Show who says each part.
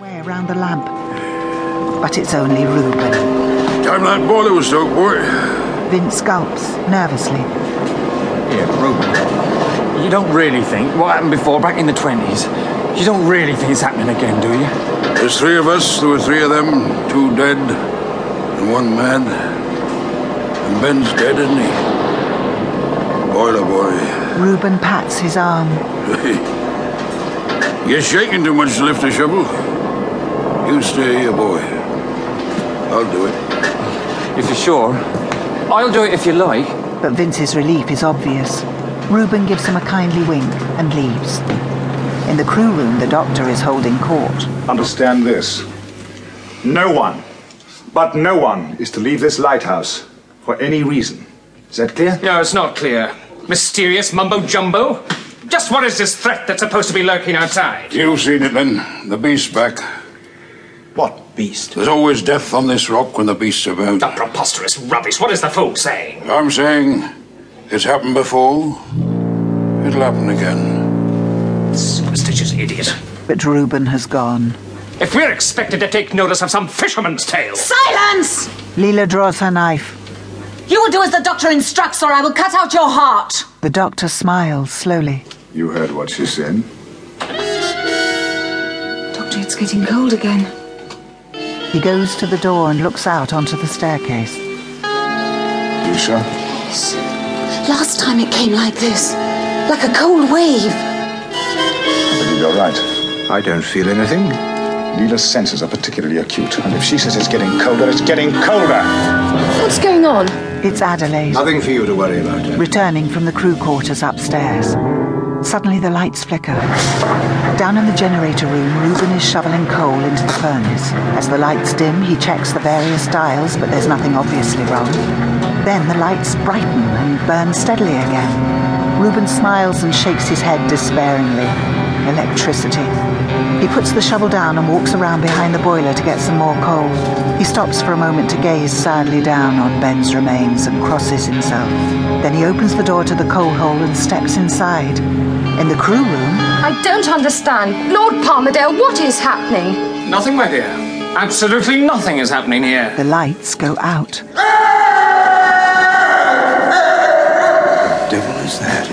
Speaker 1: around the lamp. But it's only Reuben.
Speaker 2: I'm not bothered with soap, boy.
Speaker 1: Vince gulps nervously.
Speaker 3: Here, Reuben. You don't really think what happened before back in the 20s? You don't really think it's happening again, do you?
Speaker 2: There's three of us. There were three of them. Two dead and one mad. And Ben's dead, isn't he? Boiler boy.
Speaker 1: Reuben pats his arm.
Speaker 2: You're shaking too much to lift a shovel. You stay here, boy. I'll do it.
Speaker 3: If you're sure. I'll do it if you like.
Speaker 1: But Vince's relief is obvious. Reuben gives him a kindly wink and leaves. In the crew room, the doctor is holding court.
Speaker 4: Understand this. No one, but no one, is to leave this lighthouse for any reason. Is that clear?
Speaker 5: No, it's not clear. Mysterious mumbo jumbo? Just what is this threat that's supposed to be lurking outside?
Speaker 2: You've seen it, Ben. The beast's back.
Speaker 4: What beast?
Speaker 2: There's always death on this rock when the beast's about.
Speaker 5: The preposterous rubbish. What is the fool saying?
Speaker 2: I'm saying it's happened before. It'll happen again.
Speaker 5: Superstitious idiot.
Speaker 1: But Reuben has gone.
Speaker 5: If we're expected to take notice of some fisherman's tale.
Speaker 6: Silence!
Speaker 1: Leela draws her knife.
Speaker 6: You will do as the doctor instructs, or I will cut out your heart.
Speaker 1: The doctor smiles slowly.
Speaker 4: You heard what she said.
Speaker 7: Doctor, it's getting cold again.
Speaker 1: He goes to the door and looks out onto the staircase.
Speaker 4: You sure?
Speaker 7: Last time it came like this, like a cold wave.
Speaker 4: I believe you're right.
Speaker 8: I don't feel anything.
Speaker 4: Leela's senses are particularly acute, and if she says it's getting colder, it's getting colder.
Speaker 7: What's going on?
Speaker 1: It's Adelaide,
Speaker 8: Nothing for you to worry about. Jack.
Speaker 1: returning from the crew quarters upstairs. Suddenly the lights flicker. Down in the generator room, Reuben is shoveling coal into the furnace. As the lights dim, he checks the various dials, but there's nothing obviously wrong. Then the lights brighten and burn steadily again. Reuben smiles and shakes his head despairingly. Electricity. He puts the shovel down and walks around behind the boiler to get some more coal. He stops for a moment to gaze sadly down on Ben's remains and crosses himself. Then he opens the door to the coal hole and steps inside. In the crew room,
Speaker 7: I don't understand. Lord Palmerdale, what is happening?
Speaker 3: Nothing, my dear. Absolutely nothing is happening here.
Speaker 1: The lights go out.
Speaker 8: devil is that?